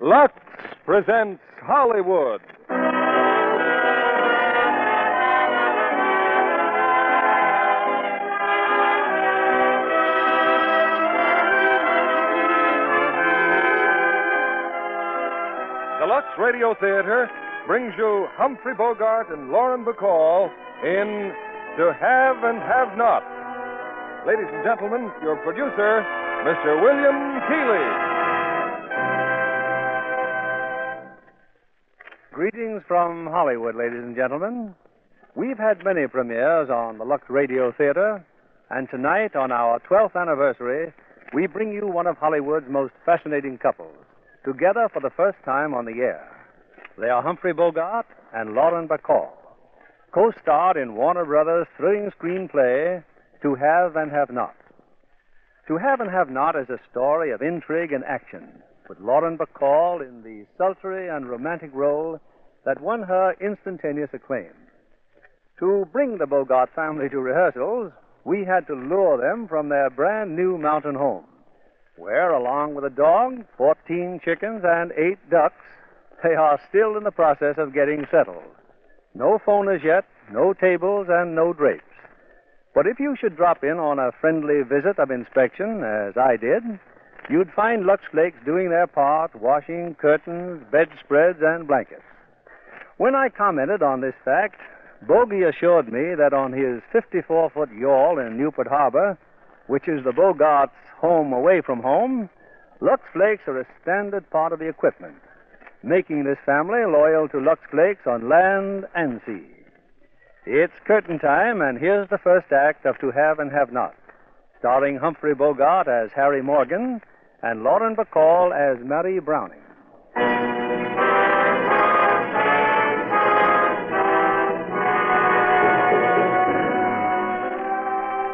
Lux presents Hollywood. The Lux Radio Theater brings you Humphrey Bogart and Lauren Bacall in To Have and Have Not. Ladies and gentlemen, your producer, Mr. William Keeley. Greetings from Hollywood, ladies and gentlemen. We've had many premieres on the Lux Radio Theater, and tonight, on our 12th anniversary, we bring you one of Hollywood's most fascinating couples, together for the first time on the air. They are Humphrey Bogart and Lauren Bacall, co starred in Warner Brothers' thrilling screenplay, To Have and Have Not. To Have and Have Not is a story of intrigue and action, with Lauren Bacall in the sultry and romantic role that won her instantaneous acclaim. To bring the Bogart family to rehearsals, we had to lure them from their brand new mountain home, where, along with a dog, 14 chickens, and eight ducks, they are still in the process of getting settled. No phone as yet, no tables, and no drapes. But if you should drop in on a friendly visit of inspection, as I did, you'd find Lux Flakes doing their part, washing curtains, bedspreads, and blankets. When I commented on this fact, Bogey assured me that on his 54 foot yawl in Newport Harbor, which is the Bogart's home away from home, Lux Flakes are a standard part of the equipment, making this family loyal to Lux Flakes on land and sea. It's curtain time, and here's the first act of To Have and Have Not, starring Humphrey Bogart as Harry Morgan and Lauren Bacall as Mary Browning.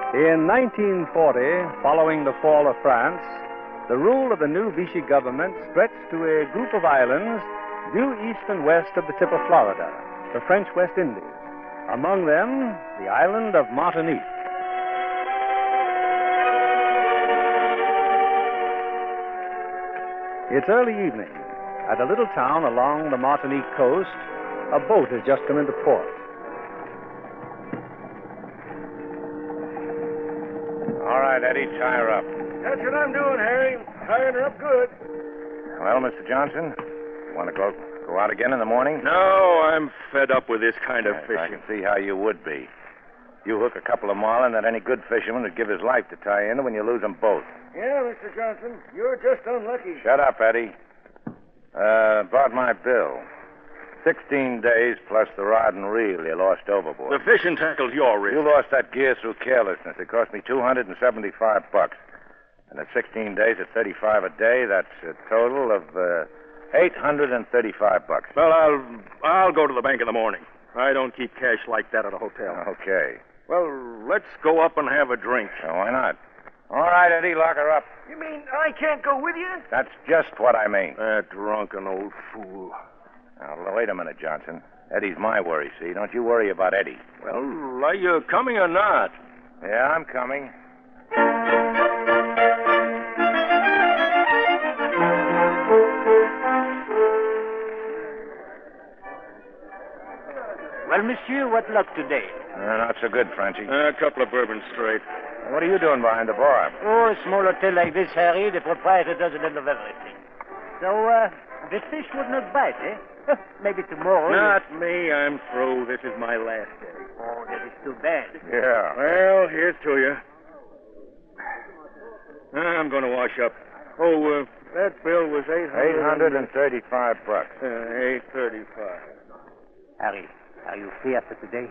In 1940, following the fall of France, the rule of the new Vichy government stretched to a group of islands due east and west of the tip of Florida, the French West Indies. Among them, the island of Martinique. It's early evening. At a little town along the Martinique coast, a boat has just come into port. All right, Eddie, tie her up. That's what I'm doing, Harry. Tying her up good. Well, Mr. Johnson, you want to go go out again in the morning? No, I'm fed up with this kind of Yes, I fishing. can see how you would be. You hook a couple of marlin that any good fisherman would give his life to tie into, and you lose them both. Yeah, Mr. Johnson, you're just unlucky. Shut up, Eddie. Uh, about my bill. Sixteen days plus the rod and reel you lost overboard. The fishing tackle's your wrist. You lost that gear through carelessness. It cost me two hundred and seventy-five bucks, and at sixteen days at thirty-five a day, that's a total of uh, eight hundred and thirty-five bucks. Well, I'll I'll go to the bank in the morning. I don't keep cash like that at a hotel. Okay. Well, let's go up and have a drink. Now, why not? All right, Eddie, lock her up. You mean I can't go with you? That's just what I mean. That drunken old fool. Now, wait a minute, Johnson. Eddie's my worry, see? Don't you worry about Eddie. Well, Hmm, are you coming or not? Yeah, I'm coming. Well, monsieur, what luck today? Uh, not so good, Frenchie. A couple of bourbons straight. What are you doing behind the bar? Oh, a small hotel like this, Harry, the proprietor does a little of everything. So, uh, the fish would not bite, eh? Maybe tomorrow. Not me. I'm through. This is my last day. Oh, that is too bad. Yeah. Well, here's to you. I'm going to wash up. Oh, uh, that bill was eight Eight hundred and thirty-five bucks. uh, eight thirty-five. Harry, are you free after today?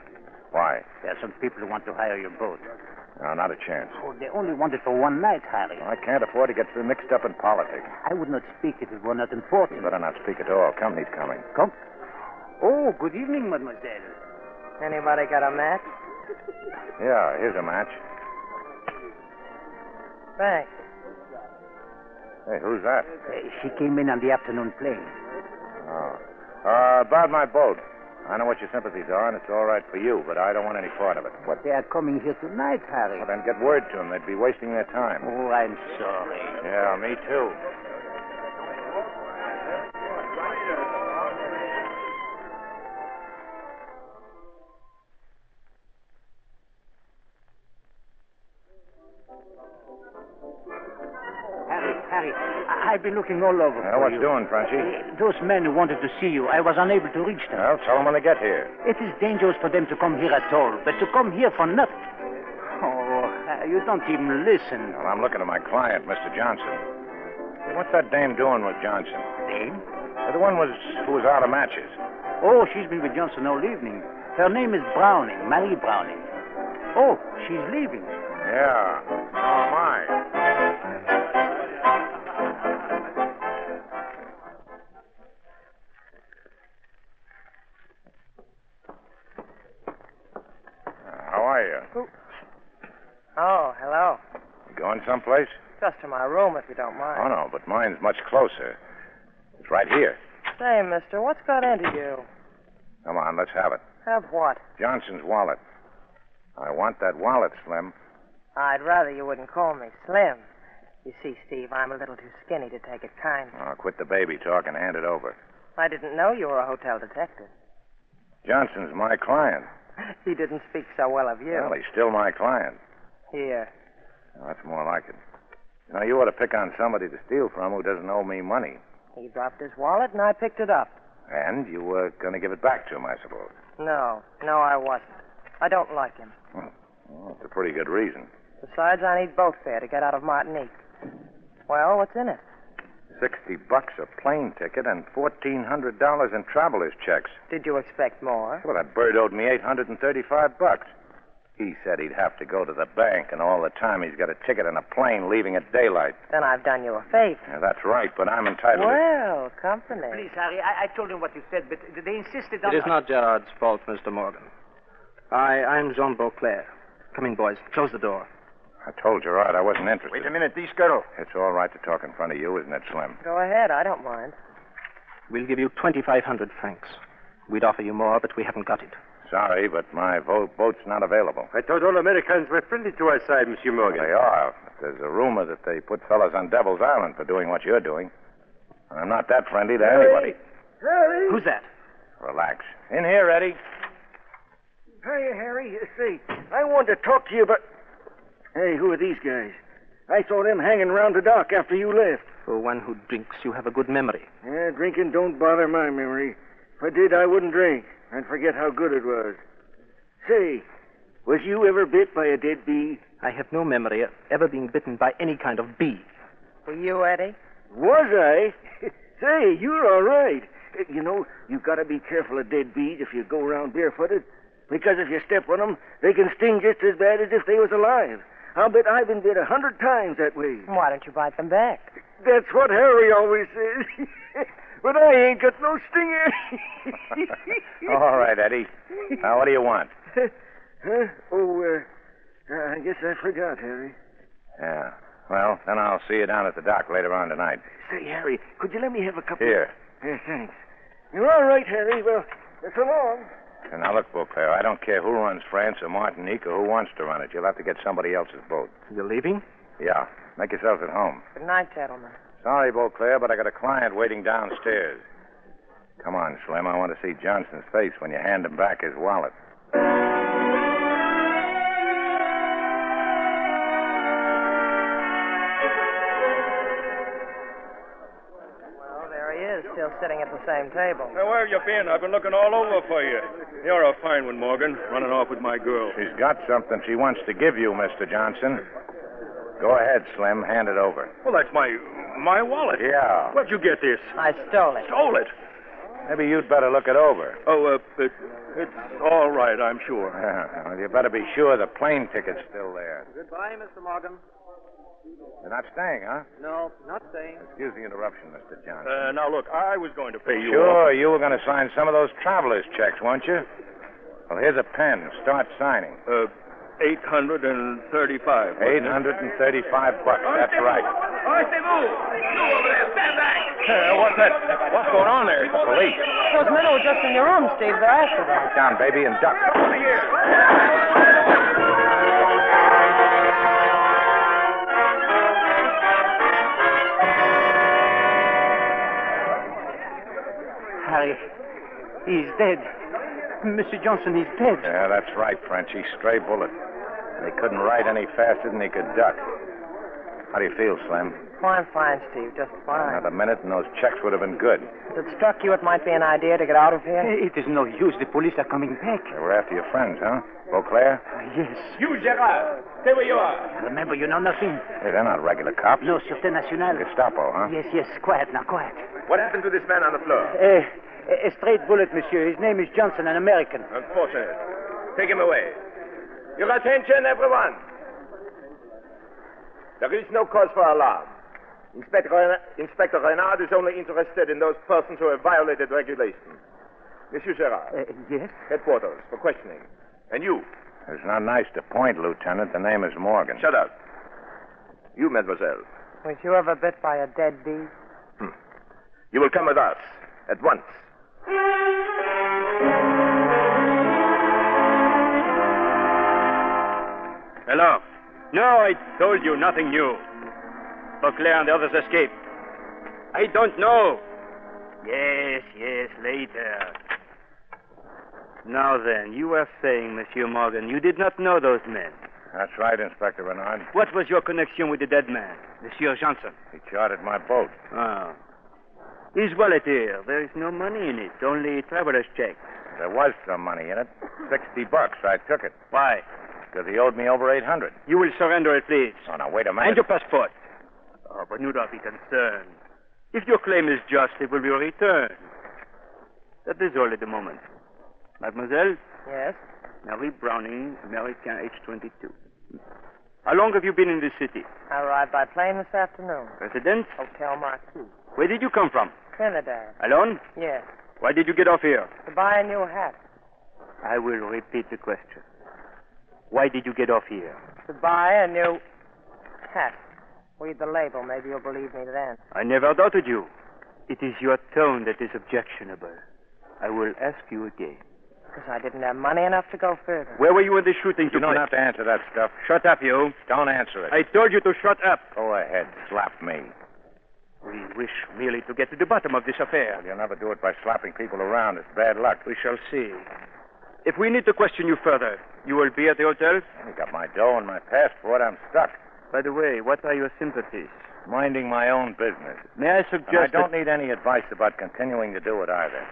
Why? There are some people who want to hire your boat. No, not a chance. Oh, they only want it for one night, Harry. I can't afford to get so mixed up in politics. I would not speak if it were not You important. better not speak at all. Company's coming. Come. Oh, good evening, mademoiselle. Anybody got a match? Yeah, here's a match. Thanks. Hey, who's that? Uh, she came in on the afternoon plane. Oh. Uh, about my boat. I know what your sympathies are, and it's all right for you, but I don't want any part of it. But they are coming here tonight, Harry. Well, then get word to them. They'd be wasting their time. Oh, I'm sorry. Yeah, me too. I've been looking all over Now, for what's you. doing, Frenchie? Uh, Those men who wanted to see you, I was unable to reach them. Well, tell them when they get here. It is dangerous for them to come here at all, but to come here for nothing. Oh, uh, you don't even listen. Well, I'm looking at my client, Mr. Johnson. Hey, What's that dame doing with Johnson? Dame? Uh, The one was who was out of matches. Oh, she's been with Johnson all evening. Her name is Browning, Marie Browning. Oh, she's leaving. Yeah. So am I. Uh, How are you? Oh, hello. You Going someplace? Just to my room, if you don't mind. Oh, no, but mine's much closer. It's right here. Say, mister, what's got into you? Come on, let's have it. Have what? Johnson's wallet. I want that wallet, Slim. I'd rather you wouldn't call me slim. You see, Steve, I'm a little too skinny to take it kind. Oh, quit the baby talk and hand it over. I didn't know you were a hotel detective. Johnson's my client. He didn't speak so well of you. Well, he's still my client. Here. Well, that's more like it. You know, you ought to pick on somebody to steal from who doesn't owe me money. He dropped his wallet and I picked it up. And you were going to give it back to him, I suppose. No, no, I wasn't. I don't like him. Well, that's a pretty good reason. Besides, I need boat fare to get out of Martinique. Well, what's in it? Sixty bucks a plane ticket and fourteen hundred dollars in traveler's checks. Did you expect more? Well, that bird owed me eight hundred and thirty-five bucks. He said he'd have to go to the bank, and all the time he's got a ticket and a plane leaving at daylight. Then I've done you a favor. Now, that's right, but I'm entitled. to- Well, company. Please, Harry, I, I told him what you said, but they insisted on. It is not Gerard's fault, Mr. Morgan. I, I'm Jean Beauclair. Come in, boys. Close the door. I told Gerard I wasn't interested. Wait a minute, these girls. It's all right to talk in front of you, isn't it, Slim? Go ahead, I don't mind. We'll give you 2,500 francs. We'd offer you more, but we haven't got it. Sorry, but my vo- boat's not available. I thought all Americans were friendly to our side, Monsieur They are. but There's a rumor that they put fellas on Devil's Island for doing what you're doing. I'm not that friendly to anybody. Harry! Who's that? Relax. In here, Eddie. Hiya, Harry. You see, I wanted to talk to you about. Hey, who are these guys? I saw them hanging around the dock after you left. For one who drinks, you have a good memory. Yeah, drinking don't bother my memory. If I did, I wouldn't drink. I'd forget how good it was. Say, was you ever bit by a dead bee? I have no memory of ever being bitten by any kind of bee. Were you, Eddie? Was I? Say, you're all right. Uh, You know, you gotta be careful of dead bees if you go around barefooted, because if you step on 'em, they can sting just as bad as if they was alive. I'll bet I've been bit a hundred times that way. Why don't you bite them back? That's what Harry always says. but I ain't got no stinger. all right, Eddie. Now, what do you want? Huh? Oh, uh, uh, I guess I forgot, Harry. Yeah. Well, then I'll see you down at the dock later on tonight. Say, Harry, could you let me have a cup Here. of... Here. thanks. You're all right, Harry. Well, so long. And now look, Beauclair, I don't care who runs France or Martinique or who wants to run it. You'll have to get somebody else's boat. You're leaving? Yeah. Make yourselves at home. Good night, gentlemen. Sorry, Beauclair, but I got a client waiting downstairs. Come on, Slim. I want to see Johnson's face when you hand him back his wallet. Well, Oh, there he is, still sitting at the same table. Now, where have you been? I've been looking all over for you. You're a fine one, Morgan, running off with my girl. She's got something she wants to give you, Mr. Johnson. Go ahead, Slim. Hand it over. Well, that's my my wallet. Yeah. Where'd you get this? I stole it. Stole it. Maybe you'd better look it over. Oh, uh, it, it's all right, I'm sure. Yeah, well, you better be sure the plane ticket's still there. Goodbye, Mr. Morgan. You're not staying, huh? No, not staying. Excuse the interruption, Mr. Johnson. Uh, now, look, I was going to pay you off. sure, you were going to sign some of those traveler's checks, weren't you? Well, here's a pen. Start signing. Uh, 835. 835 bucks. That's right. Uh, what's that? What's going on there? Police. Those men were just in your room, Steve. They're after them. Sit down, baby, and duck. Harry, he's dead. Mr. Johnson, he's dead. Yeah, that's right, Frenchie. Stray bullet. They couldn't ride any faster than he could duck. How do you feel, Slim? Fine, fine, Steve, just fine. Another minute and those checks would have been good. Has it struck you it might be an idea to get out of here? It is no use. The police are coming back. They were after your friends, huh? Beauclair? Yes. You, Gerard, stay where you are. Remember, you know nothing. Hey, they're not regular cops. No Sûreté Nationale. Gestapo, huh? Yes, yes. Quiet now, quiet. What happened to this man on the floor? Uh, a straight bullet, monsieur. His name is Johnson, an American. Unfortunate. Take him away. Your attention, everyone. There is no cause for alarm. Inspector, Ren- Inspector Renard is only interested in those persons who have violated regulations. Monsieur Gerard, Uh, yes? headquarters for questioning. And you, It's not nice to point, Lieutenant. The name is Morgan. shut up. You, mademoiselle, Was you ever bit by a dead bee? you will come with us at once. Hello. No, I told you nothing new. Beauclair and the others escaped. I don't know. Yes, yes, later. Now then, you are saying, Monsieur Morgan, you did not know those men. That's right, Inspector Renard. What was your connection with the dead man, Monsieur Johnson? He chartered my boat. Oh. His wallet here. There is no money in it, only traveler's check. There was some money in it. Sixty bucks. I took it Why? because he owed me over eight hundred. You will surrender it, please. Oh, now wait a And minute. your passport. Oh, but need not be concerned. If your claim is just, it will be returned. That is all at the moment. Mademoiselle, Yes? Mary Browning, American, age 22. How long have you been in this city? I arrived by plane this afternoon. Residence? Hotel Marquis. Where did you come from? Trinidad. Alone? Yes. Why did you get off here? To buy a new hat. I will repeat the question. Why did you get off here? To buy a new hat. Read the label. Maybe you'll believe me then. I never doubted you. It is your tone that is objectionable. I will ask you again. Because I didn't have money enough to go further. Where were you when the shooting You took don't place? have to answer that stuff. Shut up, you. Don't answer it. I told you to shut up. Go ahead. Slap me. We wish merely to get to the bottom of this Well, affair. you'll never do it by slapping people around. It's bad luck. We shall see. If we need to question you further, you will be at the hotel? You got my dough and my passport. I'm stuck. By the way, what are your sympathies? Minding my own business. May I And suggest I don't need any advice about continuing to do it either.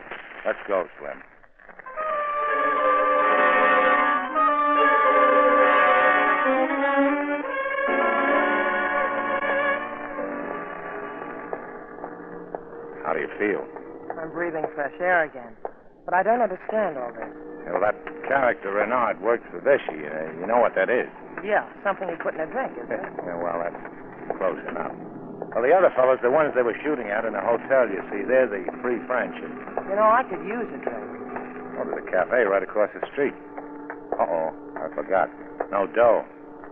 Let's go, Slim. How do you feel? I'm breathing fresh air again. But I don't understand all this. Well, that character Renard works for Vichy. Uh, you know what that is. Yeah, something you put in a drink, isn't it? Yeah, well, that's close enough. Well, the other fellows, the ones they were shooting at in the hotel, you see, they're the Free Friendship. You know, I could use a drink. Oh, to the cafe right across the street. Uh oh, I forgot. No dough.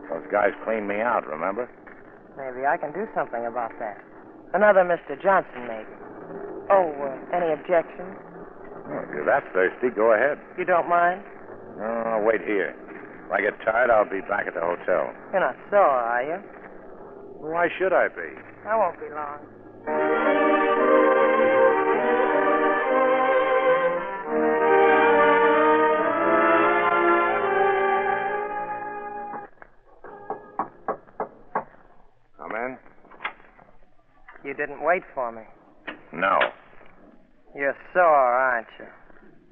Those guys cleaned me out, remember? Maybe I can do something about that. Another Mr. Johnson, maybe. Oh, uh, any objections? Oh, if you're that thirsty, go ahead. You don't mind? No, I'll wait here. If I get tired, I'll be back at the hotel. You're not sore, are you? Why should I be? I won't be long. Come in? You didn't wait for me. No. You're sore, aren't you?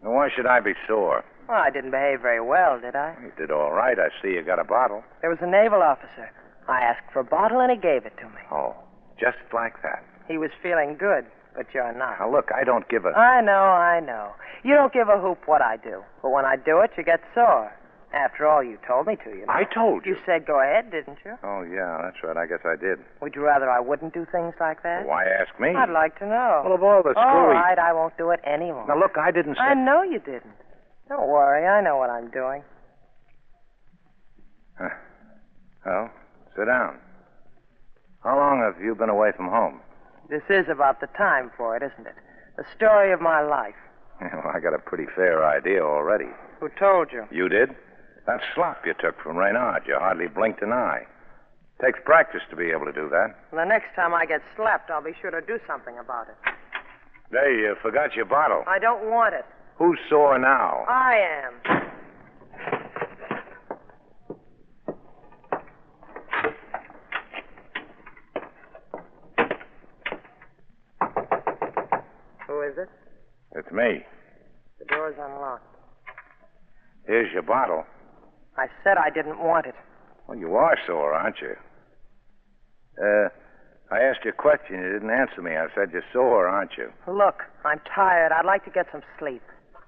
Now, Why should I be sore? Well, I didn't behave very well, did I? You did all right. I see you got a bottle. There was a naval officer. I asked for a bottle and he gave it to me. Oh, just like that. He was feeling good, but you're not. Now, look, I don't give a. I know, I know. You don't give a hoop what I do, but when I do it, you get sore. After all, you told me to, you know. I told you. You said go ahead, didn't you? Oh, yeah, that's right. I guess I did. Would you rather I wouldn't do things like that? Why ask me? I'd like to know. Well, of all the Oh. all screwy. right, I won't do it anymore. Now, look, I didn't say. I know you didn't. Don't worry, I know what I'm doing. Well, sit down. How long have you been away from home? This is about the time for it, isn't it? The story of my life. Well, I got a pretty fair idea already. Who told you? You did? That slop you took from Reynard, you hardly blinked an eye. Takes practice to be able to do that. The next time I get slapped, I'll be sure to do something about it. Hey, you forgot your bottle. I don't want it. Who's sore now? I am. Who is it? It's me. The door's unlocked. Here's your bottle. I said I didn't want it. Well, you are sore, aren't you? Uh, I asked you a question. You didn't answer me. I said you're sore, aren't you? Look, I'm tired. I'd like to get some sleep.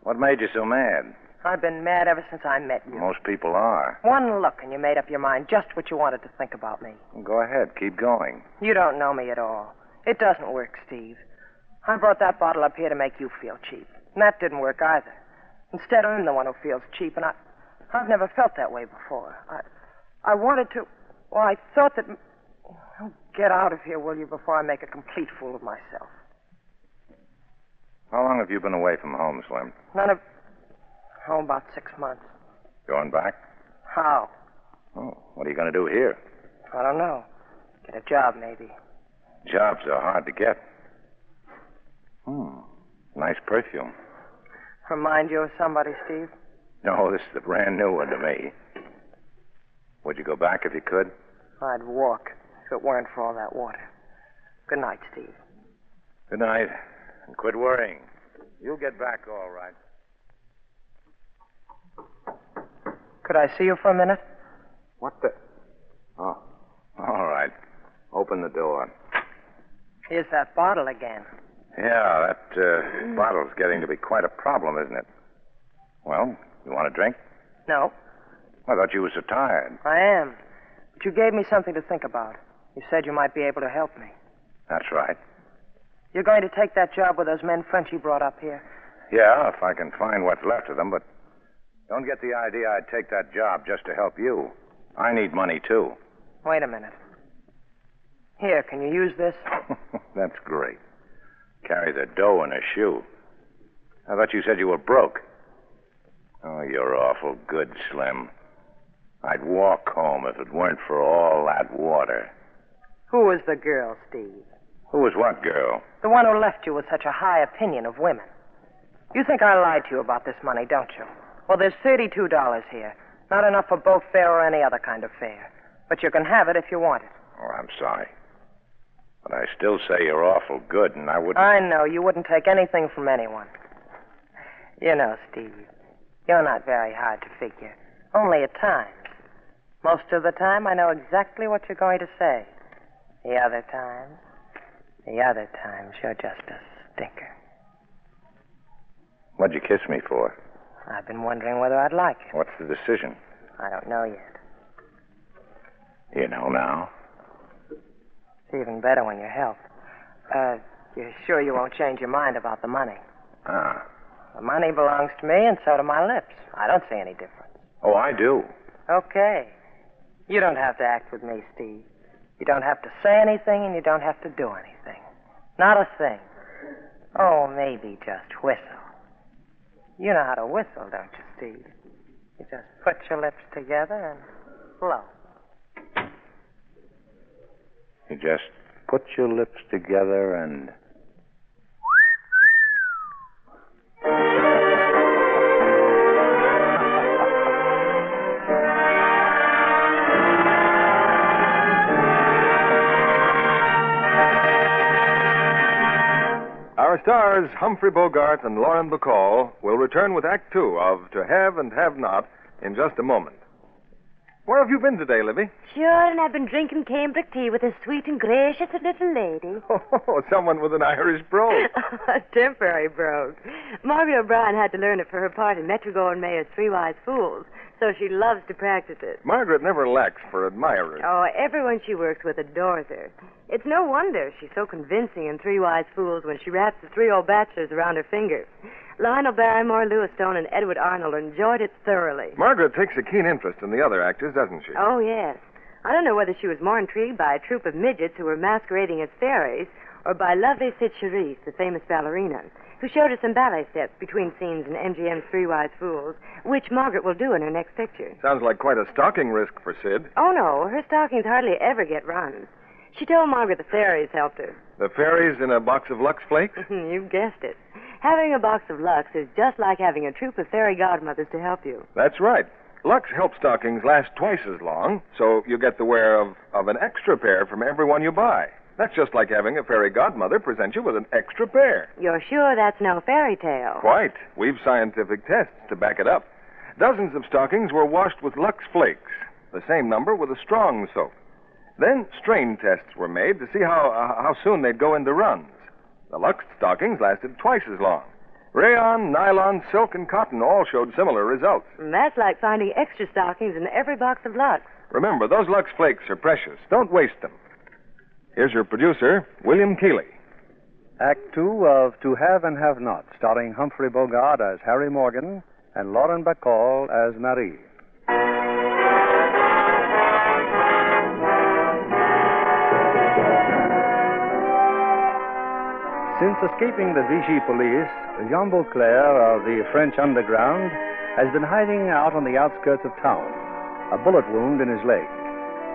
What made you so mad? I've been mad ever since I met you. Most people are. One look and you made up your mind just what you wanted to think about me. Go ahead. Keep going. You don't know me at all. It doesn't work, Steve. I brought that bottle up here to make you feel cheap. And that didn't work either. Instead, I'm the one who feels cheap, and I, I've never felt that way before. I, I wanted to. Well, I thought that. Oh, get out of here, will you, before I make a complete fool of myself. How long have you been away from home, Slim? None of. Oh, about six months. Going back? How? Oh, what are you going to do here? I don't know. Get a job, maybe. Jobs are hard to get. Hmm. Nice perfume. Remind you of somebody, Steve? No, this is a brand new one to me. Would you go back if you could? I'd walk if it weren't for all that water. Good night, Steve. Good night. And quit worrying. You'll get back all right. Could I see you for a minute? What the? Oh, all right. Open the door. Here's that bottle again. Yeah, that uh, bottle's getting to be quite a problem, isn't it? Well, you want a drink? No, I thought you were so tired. I am. But you gave me something to think about. You said you might be able to help me. That's right. You're going to take that job with those men Frenchie brought up here. Yeah, if I can find what's left of them, but don't get the idea I'd take that job just to help you. I need money, too. Wait a minute. Here, can you use this? That's great. Carry the dough in a shoe. I thought you said you were broke. Oh, you're awful good, Slim. I'd walk home if it weren't for all that water. Who was the girl, Steve? Who was what girl? The one who left you with such a high opinion of women. You think I lied to you about this money, don't you? Well, there's $32 here. Not enough for boat fare or any other kind of fare. But you can have it if you want it. Oh, I'm sorry. But I still say you're awful good, and I wouldn't. I know you wouldn't take anything from anyone. You know, Steve, you're not very hard to figure. Only at times. Most of the time, I know exactly what you're going to say. The other times, the other times, you're just a stinker. What'd you kiss me for? I've been wondering whether I'd like it. What's the decision? I don't know yet. You know now. It's even better when you're helped. Uh, you're sure you won't change your mind about the money? Ah. The money belongs to me, and so do my lips. I don't see any difference. Oh, I do. Okay. You don't have to act with me, Steve. You don't have to say anything, and you don't have to do anything. Not a thing. Oh, maybe just whistle. You know how to whistle, don't you, Steve? You just put your lips together and blow. You just put your lips together and. Our stars, Humphrey Bogart and Lauren Bacall, will return with Act Two of To Have and Have Not in just a moment. Where have you been today, Libby? Sure, and I've been drinking Cambric tea with a sweet and gracious little lady. Oh, someone with an Irish brogue. a temporary brogue. Margaret O'Brien had to learn it for her part in Metrogore and Mayer's Three Wise Fools, so she loves to practice it. Margaret never lacks for admirers. Oh, everyone she works with adores her. It's no wonder she's so convincing in Three Wise Fools when she wraps the three old bachelors around her finger. Lionel Barrymore, Lewis Stone, and Edward Arnold enjoyed it thoroughly. Margaret takes a keen interest in the other actors, doesn't she? Oh, yes. I don't know whether she was more intrigued by a troupe of midgets who were masquerading as fairies or by lovely Sid Charisse, the famous ballerina, who showed us some ballet steps between scenes in MGM's Three Wise Fools, which Margaret will do in her next picture. Sounds like quite a stocking risk for Sid. Oh, no, her stockings hardly ever get runs. She told Margaret the fairies helped her. The fairies in a box of Lux Flakes? you guessed it. Having a box of Lux is just like having a troupe of fairy godmothers to help you. That's right. Lux help stockings last twice as long, so you get the wear of, of an extra pair from every one you buy. That's just like having a fairy godmother present you with an extra pair. You're sure that's no fairy tale? Quite. We've scientific tests to back it up. Dozens of stockings were washed with Lux Flakes, the same number with a strong soap. Then strain tests were made to see how, uh, how soon they'd go into runs. The Lux stockings lasted twice as long. Rayon, nylon, silk, and cotton all showed similar results. That's like finding extra stockings in every box of Lux. Remember, those Lux Flakes are precious. Don't waste them. Here's your producer, William Keeley. Act two of To Have and Have Not, starring Humphrey Bogart as Harry Morgan and Lauren Bacall as Marie. Since escaping the Vichy police, Jean Beauclair of the French underground has been hiding out on the outskirts of town, a bullet wound in his leg.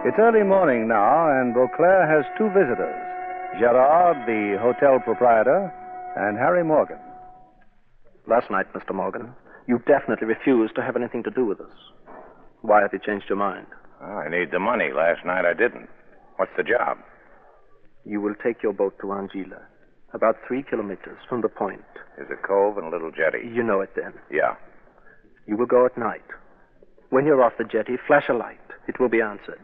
It's early morning now, and Beauclair has two visitors Gerard, the hotel proprietor, and Harry Morgan. Last night, Mr. Morgan, you definitely refused to have anything to do with us. Why have you changed your mind? Well, ah, I need the money. Last night I didn't. What's the job? You will take your boat to Angela, about three kilometers from the point. There's a cove and a little jetty. You know it then. Yeah. You will go at night. When you're off the jetty, flash a light. It will be answered.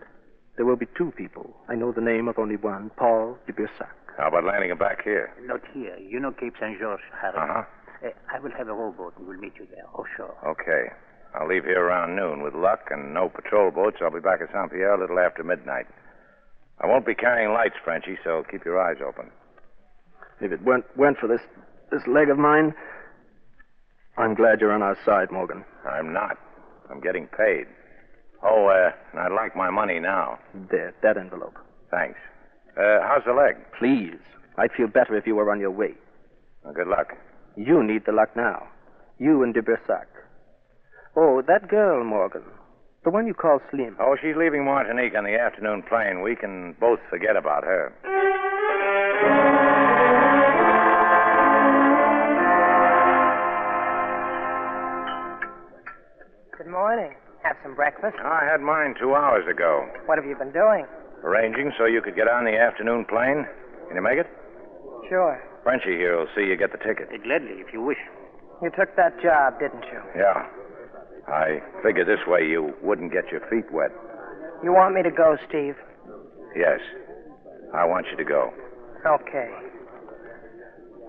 There will be two people. I know the name of only one, Paul de Bursac. How about landing it back here? Not here. You know Cape St. George, Harry. Uh Uh-huh. huh. Uh, I will have a rowboat and we'll meet you there, offshore. Okay. I'll leave here around noon. With luck and no patrol boats, I'll be back at Saint Pierre a little after midnight. I won't be carrying lights, Frenchie, so keep your eyes open. If it weren't, weren't for this, this leg of mine, I'm glad you're on our side, Morgan. I'm not. I'm getting paid. Oh, uh, and I'd like my money now. There, that envelope. Thanks. Uh, how's the leg? Please. I'd feel better if you were on your way. Well, good luck. You need the luck now. You and de Bersac. Oh, that girl, Morgan. The one you call Slim. Oh, she's leaving Martinique on the afternoon plane. We can both forget about her. Good morning. Have some breakfast. I had mine two hours ago. What have you been doing? Arranging so you could get on the afternoon plane. Can you make it? Sure. Frenchie here will see you get the ticket. Uh, Gladly, if you wish. You took that job, didn't you? Yeah. I figure this way you wouldn't get your feet wet. You want me to go, Steve? Yes. I want you to go. Okay.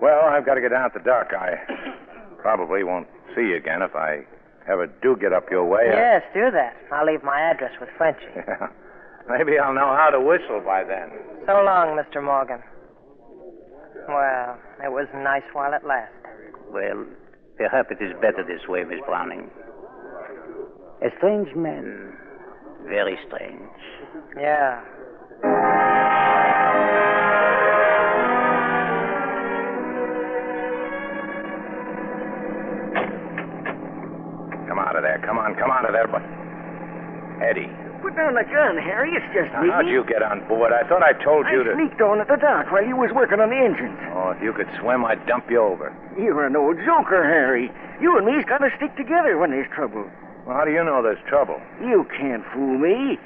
Well, I've got to get out the dock. I probably won't see you again if I ever do get up your way. Yes, do that. I'll leave my address with Frenchie. Oh, Yeah. Uh, Maybe I'll know how to whistle by then. So long, Mr. Morgan. Well, it was nice while it lasted. Well, perhaps it is better this way, Miss Browning. A strange man. Very strange. Yeah. Come out of there. Come on, come out of there. But Eddie, Put down the gun, Harry. It's just now, me. how'd you get on board? I thought I told I you to. sneaked on at the dock while you was working on the engines. Oh, if you could swim, I'd dump you over. You're an old joker, Harry. You and me's gotta stick together when there's trouble. Well, how do you know there's trouble? You can't fool me.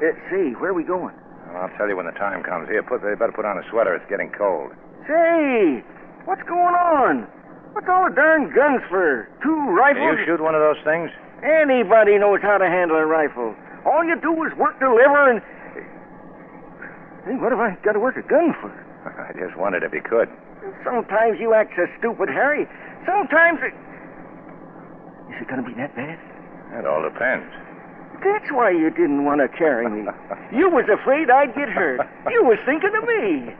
Let's see, where are we going? Well, I'll tell you when the time comes. Here, put, they better put on a sweater. It's getting cold. Say, what's going on? What's all the darn guns for? Two Can you rifles? shoot one of those things? Anybody knows how to handle a rifle. All you do is work the lever and. Hey, what have I got to work a gun for? I just wondered if you could. Sometimes you act so stupid, Harry. Sometimes it. Is it going to be that bad? It all depends. That's why you didn't want to carry me. You was afraid I'd get hurt. You was thinking of me.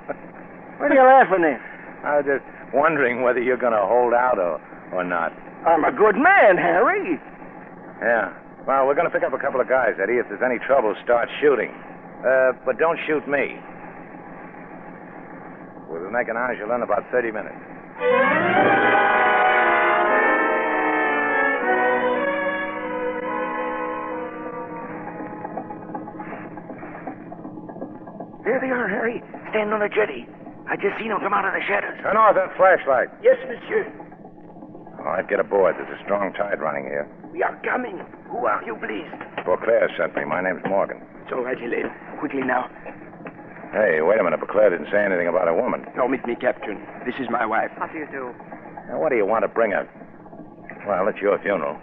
What are you laughing at? I was just wondering whether you're going to hold out or, or not. I'm a good man, Harry. Yeah. Well, we're going to pick up a couple of guys, Eddie. If there's any trouble, start shooting. Uh, but don't shoot me. We'll be making Angela in about 30 minutes. There they are, Harry, standing on the jetty. I just seen them come out of the shadows. Turn off that flashlight. Yes, monsieur. All right, get aboard. There's a strong tide running here. We are coming. Who are you, please? Beauclair sent me. My name's Morgan. It's all right, Helene. Quickly now. Hey, wait a minute. Beauclair didn't say anything about a woman. Permit me, Captain. This is my wife. How do you do? Now, what do you want to bring her? Well, it's your funeral.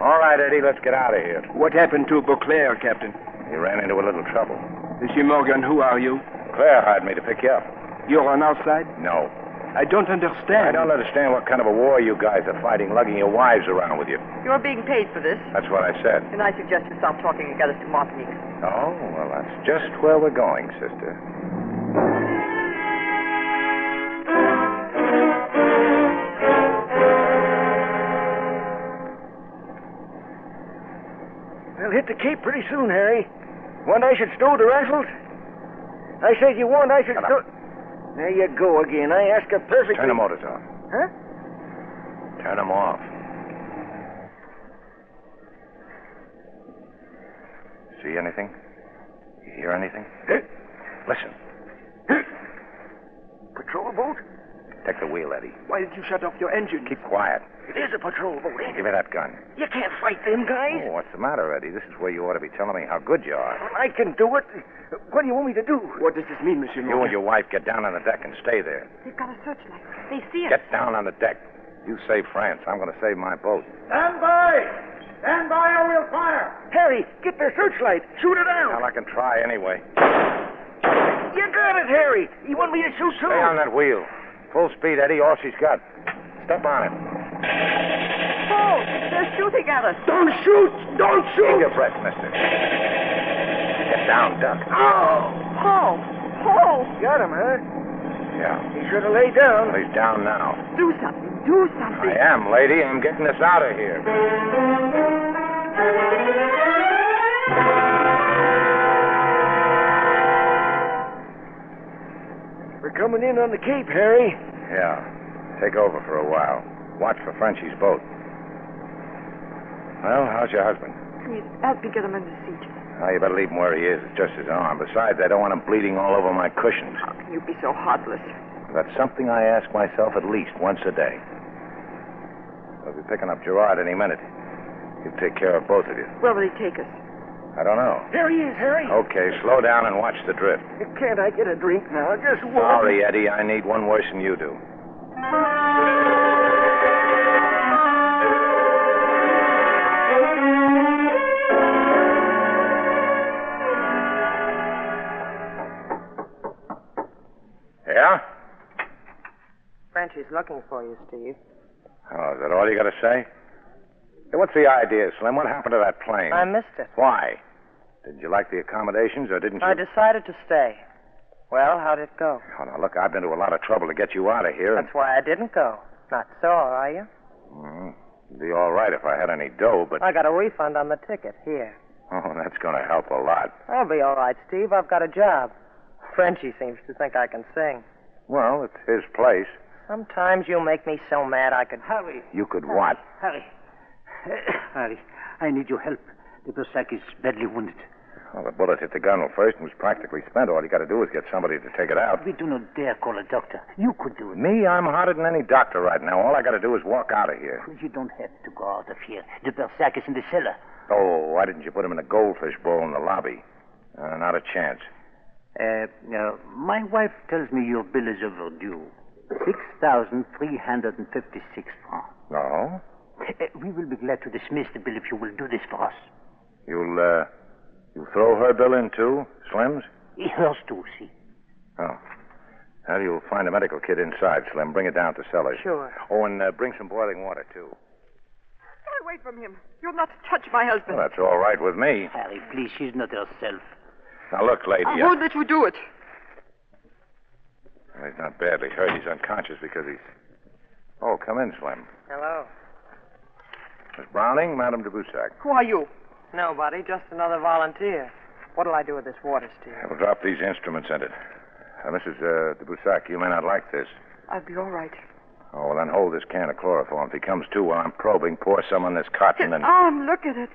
All right, Eddie, let's get out of here. What happened to Beauclair, Captain? He ran into a little trouble. Monsieur Morgan, who are you? Claire hired me to pick you up. You're on our side? No. I don't understand. I don't understand what kind of a war you guys are fighting, lugging your wives around with you. You're being paid for this, That's what I said. and I suggest you stop talking together to Martinique. Oh, well, that's just where we're going, sister. They'll hit the Cape pretty soon, Harry. Want I should stow the rifles? I said you want I should stow. There you go again. I ask a perfect. Turn the motors off. Huh? Turn them off. See anything? You hear anything? Eh? Listen. Patrol boat? Take the wheel, Eddie. Why did you shut off your engine? Keep quiet. It is a patrol boat, ain't Give me that gun. it? You can't fight them guys. Oh, what's the matter, Eddie? This is where you ought to be telling me how good you are. I can do it. What do you want me to do? What does this mean, Monsieur You and your wife get down on the deck and stay there. They've got a searchlight. They see us. Get down on the deck. You save France. I'm going to save my boat. Stand by! Stand by or we'll fire! Harry, get their searchlight. Shoot it Well, out. I can try anyway. You got it, Harry. You want me to shoot too? Stay on that wheel. Full speed, Eddie. All she's got. Step on it. Oh, they're shooting at us. Don't shoot! Don't Keep your breath, mister. Get down, duck. Ah! Paul! Paul! Got him, huh? Yeah. He should have laid down. Well, he's down now. Do something. Do something. I am, lady. I'm getting us out of here. We're coming in on the Cape, Harry. Yeah. Take over for a while. Watch for Frenchie's boat. Well, how's your husband? Please, help me get him in the seat. Oh, you better leave him where he is. It's just his arm. Besides, I don't want him bleeding all over my cushions. You'd be so heartless. That's something I ask myself at least once a day. I'll be picking up Gerard any minute. He'll take care of both of you. Where will he take us? I don't know. There he is, Harry. Okay, slow down and watch the drift. Can't I get a drink now? Just one. Sorry, Eddie. I need one worse than you do. Yeah? Frenchie's looking for you, Steve. Oh, is that all you got to say? Hey, what's the idea, Slim? What happened to that plane? I missed it. Why? Did you like the accommodations or didn't you? I decided to stay. Well, how'd it go? Oh, now, look, I've been to a lot of trouble to get you out of here. That's why I didn't go. Not sore, are you? Mm, it'd be all right if I had any dough, but. I got a refund on the ticket. Here. Oh, that's going to help a lot. I'll be all right, Steve. I've got a job. Frenchie seems to think I can sing. Well, it's his place. Sometimes you make me so mad I could. Hurry. You could what? Harry. Harry, I need your help. The Bersac is badly wounded. Well, the bullet hit the gunwale first and was practically spent. All you got to do is get somebody to take it out. We do not dare call a doctor. You could do it. Me, I'm hotter than any doctor right now. All I got to do is walk out of here. You don't have to go out of here. The Bersac is in the cellar. Oh, why didn't you put him in a goldfish bowl in the lobby? Uh, not a chance. Uh, uh, my wife tells me your bill is overdue. 6,356 francs. No? Uh, we will be glad to dismiss the bill if you will do this for us. You'll, uh, you'll throw her bill in, too? Slim's? Yours too, see. Oh. Well, you'll find a medical kit inside, Slim. Bring it down to Sellers. Sure. Oh, and uh, bring some boiling water, too. Get away from him. You'll not touch my husband. Well, that's all right with me. Harry, please, she's not herself. Now, look, lady. I uh, won't let you do it. Well, He's not badly hurt. He's unconscious because he's. Oh, come in, Slim. Hello. Miss Browning, Madame de Boussac. Who are you? Nobody, just another volunteer. What'll I do with this water, Steve? I will drop these instruments in it. Uh, Mrs. Uh, de Boussac, you may not like this. I'll be all right. Oh, well, then hold this can of chloroform. If he comes to while I'm probing, pour some on this cotton and. Arm, look at it.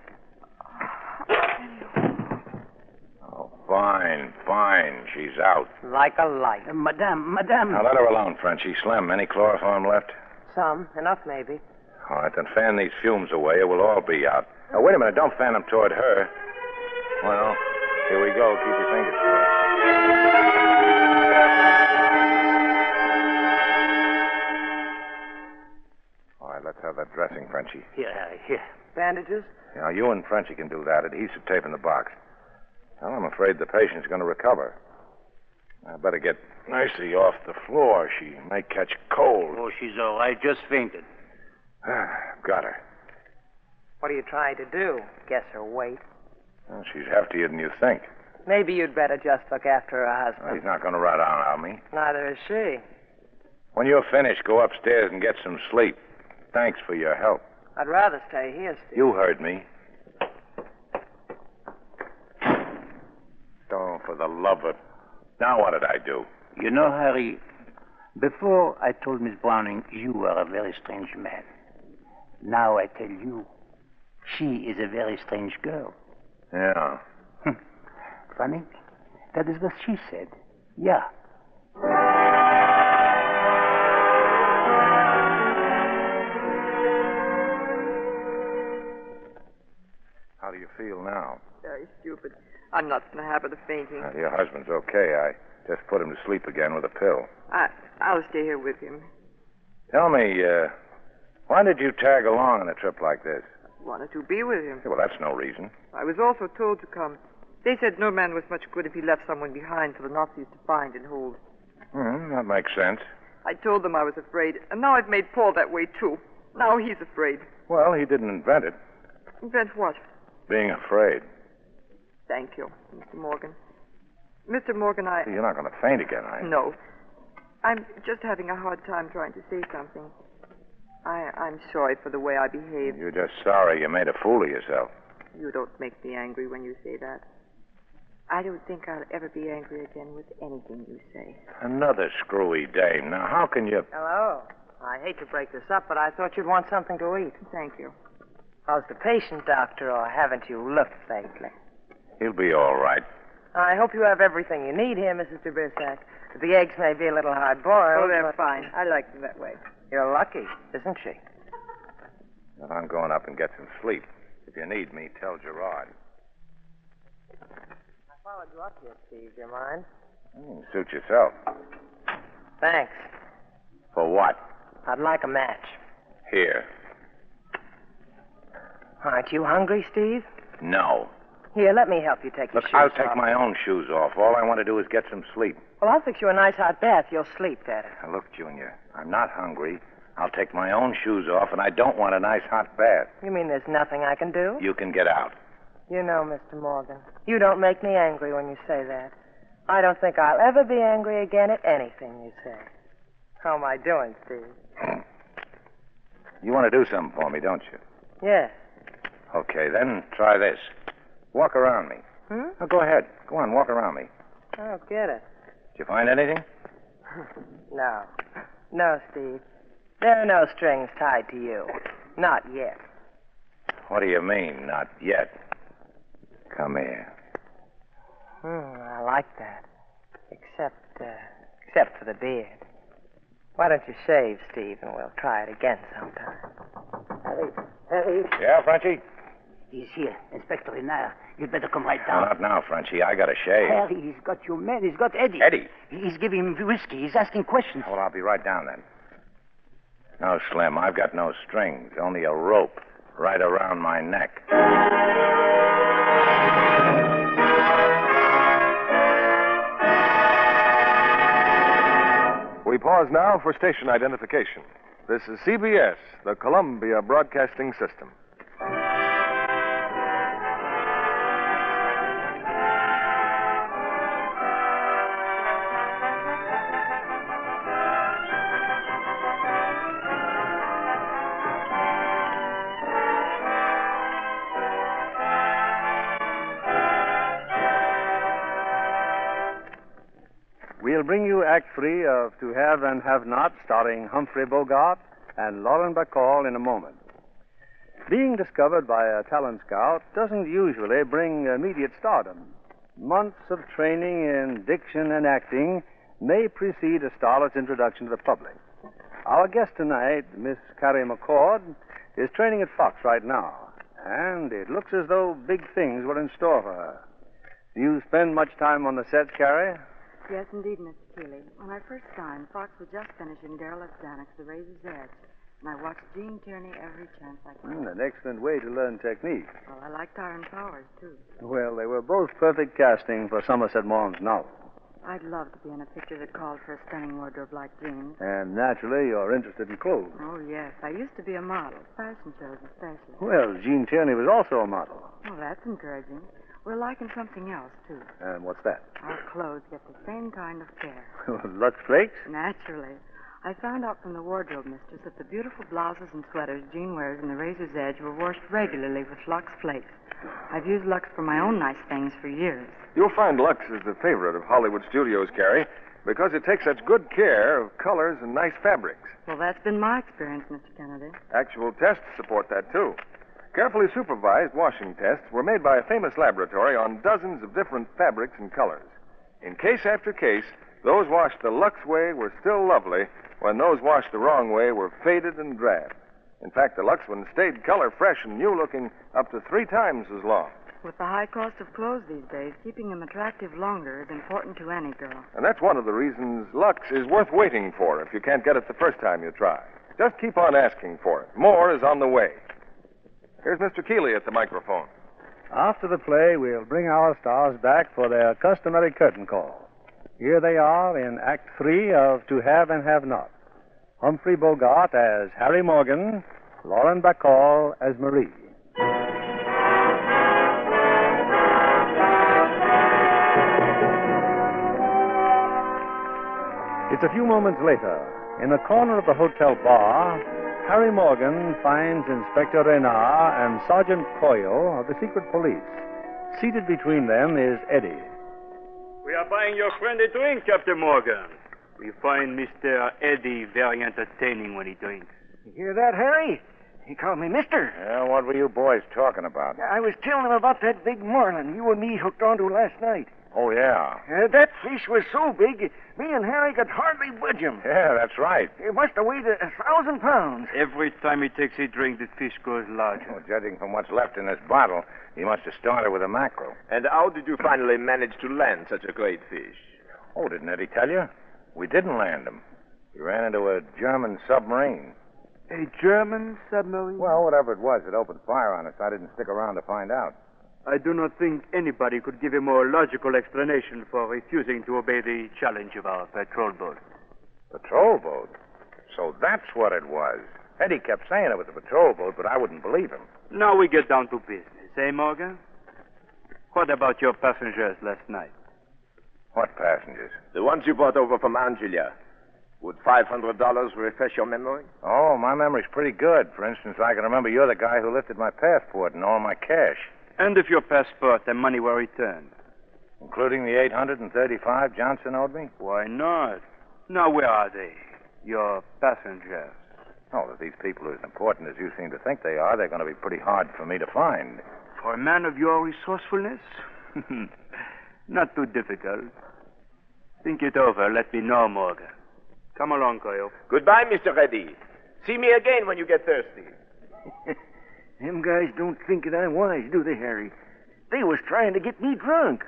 Oh, fine, fine. She's out. Like a light. madame, madame. Now, let her alone, Frenchie. Slim, any chloroform left? Some, enough maybe. All right, then fan these fumes away, or we'll all be out. Now, wait a minute. Don't fan them toward her. Well, here we go. Keep your fingers. All right, let's have that dressing, Frenchie. Here, Harry, here. Bandages? Now, you and Frenchie can do that. Adhesive tape in the box. Well, I'm afraid the patient's going to recover. I better get Mercy off the floor. She may catch cold. Oh, she's all right. Just fainted. Got her. What are you trying to do? Guess her weight? Well, she's heftier than you think. Maybe you'd better just look after her Well, husband. he's not going to run out on me. Neither is she. When you're finished, go upstairs and get some sleep. Thanks for your help. I'd rather stay here. Steve. You heard me. Oh, for the love of. Now, what did I do? You know, Harry, before I told Miss Browning you were a very strange man. Now I tell you, she is a very strange girl. Yeah. Funny? That is what she said. Yeah. How do you feel now? Very stupid. I'm not in the habit of fainting. Uh, your husband's okay. I just put him to sleep again with a pill. I, I'll stay here with him. Tell me, uh, why did you tag along on a trip like this? Wanted to be with him. Yeah, well, that's no reason. I was also told to come. They said no man was much good if he left someone behind for the Nazis to find and hold. Hmm, that makes sense. I told them I was afraid, and now I've made Paul that way, too. Now he's afraid. Well, he didn't invent it, Invent what? being afraid. Thank you, Mr. Morgan. Mr. Morgan, I. You're not going to faint again, are you? No. I'm just having a hard time trying to say something. I, I'm sorry for the way I behaved. You're just sorry you made a fool of yourself. You don't make me angry when you say that. I don't think I'll ever be angry again with anything you say. Another screwy dame. Now, how can you. Hello. I hate to break this up, but I thought you'd want something to eat. Thank you. How's the patient, Doctor, or haven't you looked lately? He'll be all right. I hope you have everything you need here, Mrs. de Bersac. The eggs may be a little hard boiled. Oh, they're fine. I like them that way. You're lucky, isn't she? But I'm going up and get some sleep. If you need me, tell Gerard. I followed you up here, Steve. Do you mind? Hmm, suit yourself. Thanks. For what? I'd like a match. Here. Aren't you hungry, Steve? No. Here, let me help you take your Look, shoes I'll take off. my own shoes off. All I want to do is get some sleep. Well, I'll fix you a nice hot bath. You'll sleep better. Now, look, Junior, I'm not hungry. I'll take my own shoes off, and I don't want a nice hot bath. You mean there's nothing I can do? You can get out. You know, Mr. Morgan, you don't make me angry when you say that. I don't think I'll ever be angry again at anything you say. How am I doing, Steve? You want to do something for me, don't you? Yes. Okay, then try this. Walk around me. Hmm? Oh, go ahead. Go on, walk around me. I don't Oh, get it. Did you find anything? No. No, Steve. There are no strings tied to you. Not yet. What do you mean, not yet? Come here. Hmm, I like that. Except, uh, except for the beard. Why don't you shave, Steve, and we'll try it again sometime. Harry, Harry. Yeah, Frenchie? He's here, Inspector Renard. You'd better come right No, down. not now, Frenchie. I got to shave. Harry, he's got your man. He's got Eddie. Eddie. He's giving him whiskey. He's asking questions. Well, I'll be right down then. No, Slim, I've got no strings, only a rope right around my neck. We pause now for station identification. This is CBS, the Columbia Broadcasting System. We'll bring you Act Three of To Have and Have Not, starring Humphrey Bogart and Lauren Bacall in a moment. Being discovered by a talent scout doesn't usually bring immediate stardom. Months of training in diction and acting may precede a starlet's introduction to the public. Our guest tonight, Miss Carrie McCord, is training at Fox right now, and it looks as though big things were in store for her. Do you spend much time on the sets, Carrie? Yes, indeed, Miss Keeley. When I first signed, Fox was just finishing Daryl Zanuck's The Razor's Edge, and I watched Gene Tierney every chance I could. Hmm, an excellent way to learn technique. Well, I liked Iron Powers, too. Well, they were both perfect casting for Somerset Maugham's novel. I'd love to be in a picture that called for a stunning wardrobe like Jean's. And naturally, you're interested in clothes. Oh, yes. I used to be a model, fashion shows especially. Well, Jean Tierney was also a model. Well, that's encouraging. We're liking something else, too. And what's that? Our clothes get the same kind of care. Lux Flakes? Naturally. I found out from the wardrobe mistress that the beautiful blouses and sweaters Jean wears in the Razor's Edge were washed regularly with Lux Flakes. I've used Lux for my own nice things for years. You'll find Lux is the favorite of Hollywood studios, Carrie, because it takes such good care of colors and nice fabrics. Well, that's been my experience, Mr. Kennedy. Actual tests support that, too. Carefully supervised washing tests were made by a famous laboratory on dozens of different fabrics and colors. In case after case, those washed the Lux way were still lovely, when those washed the wrong way were faded and drab. In fact, the Lux one stayed color fresh and new looking up to three times as long. With the high cost of clothes these days, keeping them attractive longer is important to any girl. And that's one of the reasons Lux is worth waiting for if you can't get it the first time you try. Just keep on asking for it. More is on the way. Here's Mr. Keeley at the microphone. After the play, we'll bring our stars back for their customary curtain call. Here they are in Act Three of To Have and Have Not. Humphrey Bogart as Harry Morgan, Lauren Bacall as Marie. It's a few moments later. In a corner of the hotel bar, Harry Morgan finds Inspector Renard and Sergeant Coyle of the secret police. Seated between them is Eddie. We are buying your friend a drink, Captain Morgan. We find Mr. Eddie very entertaining when he drinks. You hear that, Harry? He called me mister. Yeah, what were you boys talking about? I was telling him about that big marlin you and me hooked onto last night. Oh, yeah. Uh, that fish was so big, me and Harry could hardly budge him. Yeah, that's right. It must have weighed a, a thousand pounds. Every time he takes a drink, the fish grows larger. Well, Oh, judging from what's left in this bottle, he must have started with a mackerel. And how did you finally manage to land such a great fish? Oh, didn't Eddie tell you? We didn't land him. We ran into a German submarine. A German submarine? Well, whatever it was, it opened fire on us. I didn't stick around to find out. I do not think anybody could give a more logical explanation for refusing to obey the challenge of our patrol boat. Patrol boat? So that's what it was. Eddie kept saying it was a patrol boat, but I wouldn't believe him. Now we get down to business, eh, Morgan? What about your passengers last night? What passengers? The ones you brought over from Angelia. Would $500 refresh your memory? Oh, my memory's pretty good. For instance, I can remember you're the guy who lifted my passport and all my cash, And if your passport and money were returned? including the 835 Johnson owed me. Why not? Now, where are they? Your passengers. Oh, if these people are as important as you seem to think they are, they're going to be pretty hard for me to find. For a man of your resourcefulness? Not too difficult. Think it over. Let me know, Morgan. Come along, Coyo. Goodbye, Mr. Reddy. See me again when you get thirsty. Them guys don't think that I'm wise, do they, Harry? They was trying to get me drunk.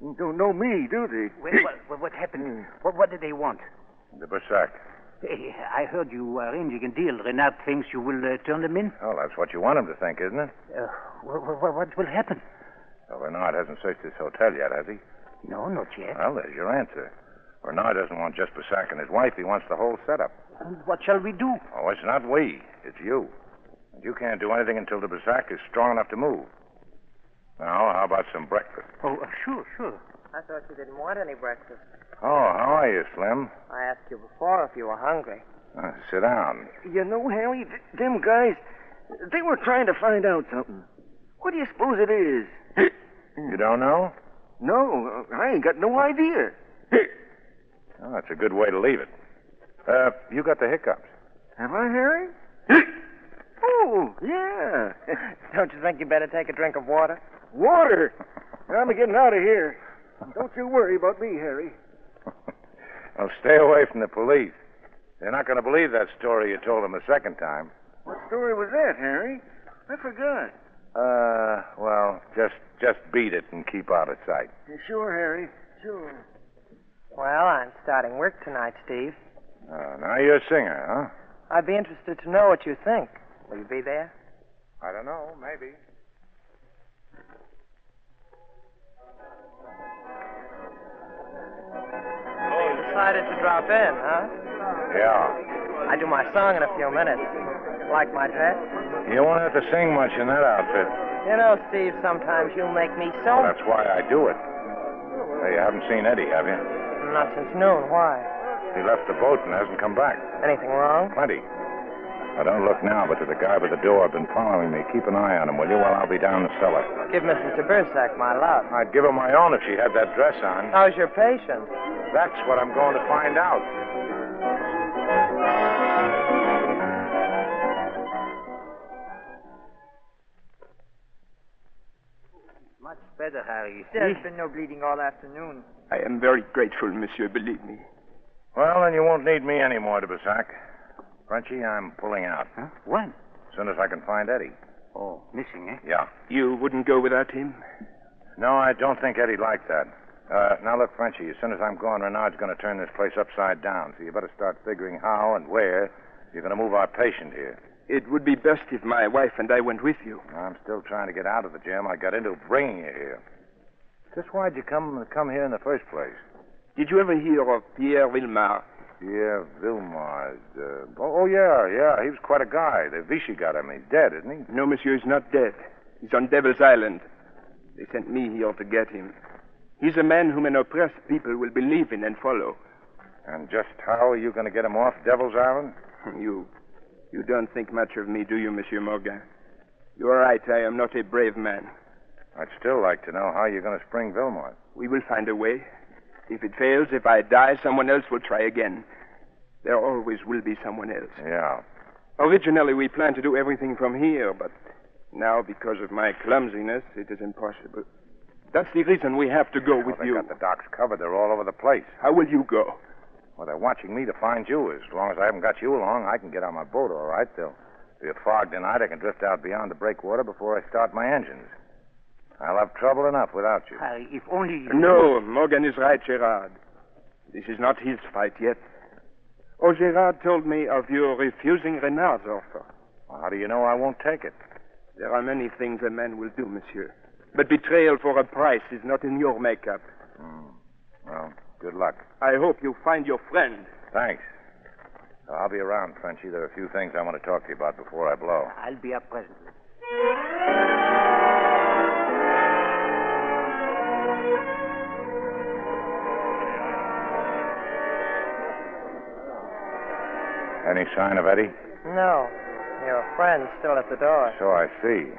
They Don't know me, do they? Well, what, what happened? What, what did they want? De Bersac. Hey, I heard you are arranging a deal. Renard thinks you will uh, turn them in. Well, that's what you want him to think, isn't it? Uh, what, what, what will happen? Well, Renard hasn't searched this hotel yet, has he? No, not yet. Well, there's your answer. Renard doesn't want just Basak and his wife. He wants the whole setup. And what shall we do? Oh, it's not we. It's you. And you can't do anything until de Bersac is strong enough to move. Now, how about some breakfast? Oh, uh, sure, sure. I thought you didn't want any breakfast. Oh, how are you, Slim? I asked you before if you were hungry. Uh, sit down. You know, Harry, th- them guys, they were trying to find out something. What do you suppose it is? You don't know? No, I ain't got no idea. Oh, that's a good way to leave it. Uh, you got the hiccups. Have I, Harry? oh, yeah. Don't you think you better take a drink of water? Water. I'm getting out of here. Don't you worry about me, Harry. Well, stay away from the police. They're not going to believe that story you told them the second time. What story was that, Harry? I forgot. Uh, well, just just beat it and keep out of sight. Sure, Harry. Sure. Well, I'm starting work tonight, Steve. Uh, now you're a singer, I'd be interested to know what you think. Will you be there? huh? I don't know, maybe. Oh, Decided to drop in, huh? Yeah. I do my song in a few minutes. Like my dress? You won't have to sing much in that outfit. You know, Steve, sometimes you make me so. That's why I do it. Hey, you haven't seen Eddie, have you? Not since noon. Why? He left the boat and hasn't come back. Anything wrong? Plenty. Now, don't look now, but to the guy by the door. I've been following me. Keep an eye on him, will you, while I'll be down in the cellar. Give Mrs. de Bursack my love. I'd give her my own if she had that dress on. How's your patient? That's what I'm going to find out. Much better, Harry. There's been no bleeding all afternoon. I am very grateful, monsieur, believe me. Well, then you won't need me anymore, de Bussac. Frenchie, I'm pulling out. Huh? When? As soon as I can find Eddie. Oh, missing, eh? Yeah. You wouldn't go without him? No, I don't think Eddie liked that. Uh, now, look, Frenchie, as soon as I'm gone, Renard's going to turn this place upside down, so you better start figuring how and where you're going to move our patient here. It would be best if my wife and I went with you. I'm still trying to get out of the jam I got into bringing you here. Just why'd you come come here in the first place? Did you ever hear of Pierre Villemar? Yeah, Vilmar. Uh, oh, oh, yeah, yeah. He was quite a guy. The Vichy got him. He's dead, isn't he? No, monsieur, he's not dead. He's on Devil's Island. They sent me here to get him. He's a man whom an oppressed people will believe in and follow. And just how are you going to get him off Devil's Island? You. You don't think much of me, do you, Monsieur Morgan? You are right. I am not a brave man. I'd still like to know how you're going to spring Vilmar. We will find a way. If it fails, if I die, someone else will try again. There always will be someone else. Yeah. Originally, we planned to do everything from here, but now, because of my clumsiness, it is impossible. That's the reason we have to go with they you. got the docks covered. They're all over the place. How will you go? Well, they're watching me to find you. As long as I haven't got you along, I can get on my boat all right. They'll be a fog tonight. I can drift out beyond the breakwater before I start my engines. I'll have trouble enough without you. Harry, if only you. No, Morgan is right, Gerard. This is not his fight yet. Oh, Gerard told me of your refusing Renard's offer. Well, how do you know I won't take it? There are many things a man will do, monsieur. But betrayal for a price is not in your makeup. Hmm. Well, good luck. I hope you find your friend. Thanks. I'll be around, Frenchie. There are a few things I want to talk to you about before I blow. I'll be up presently. Any sign of Eddie? No. Your friend's still at the door. So I see.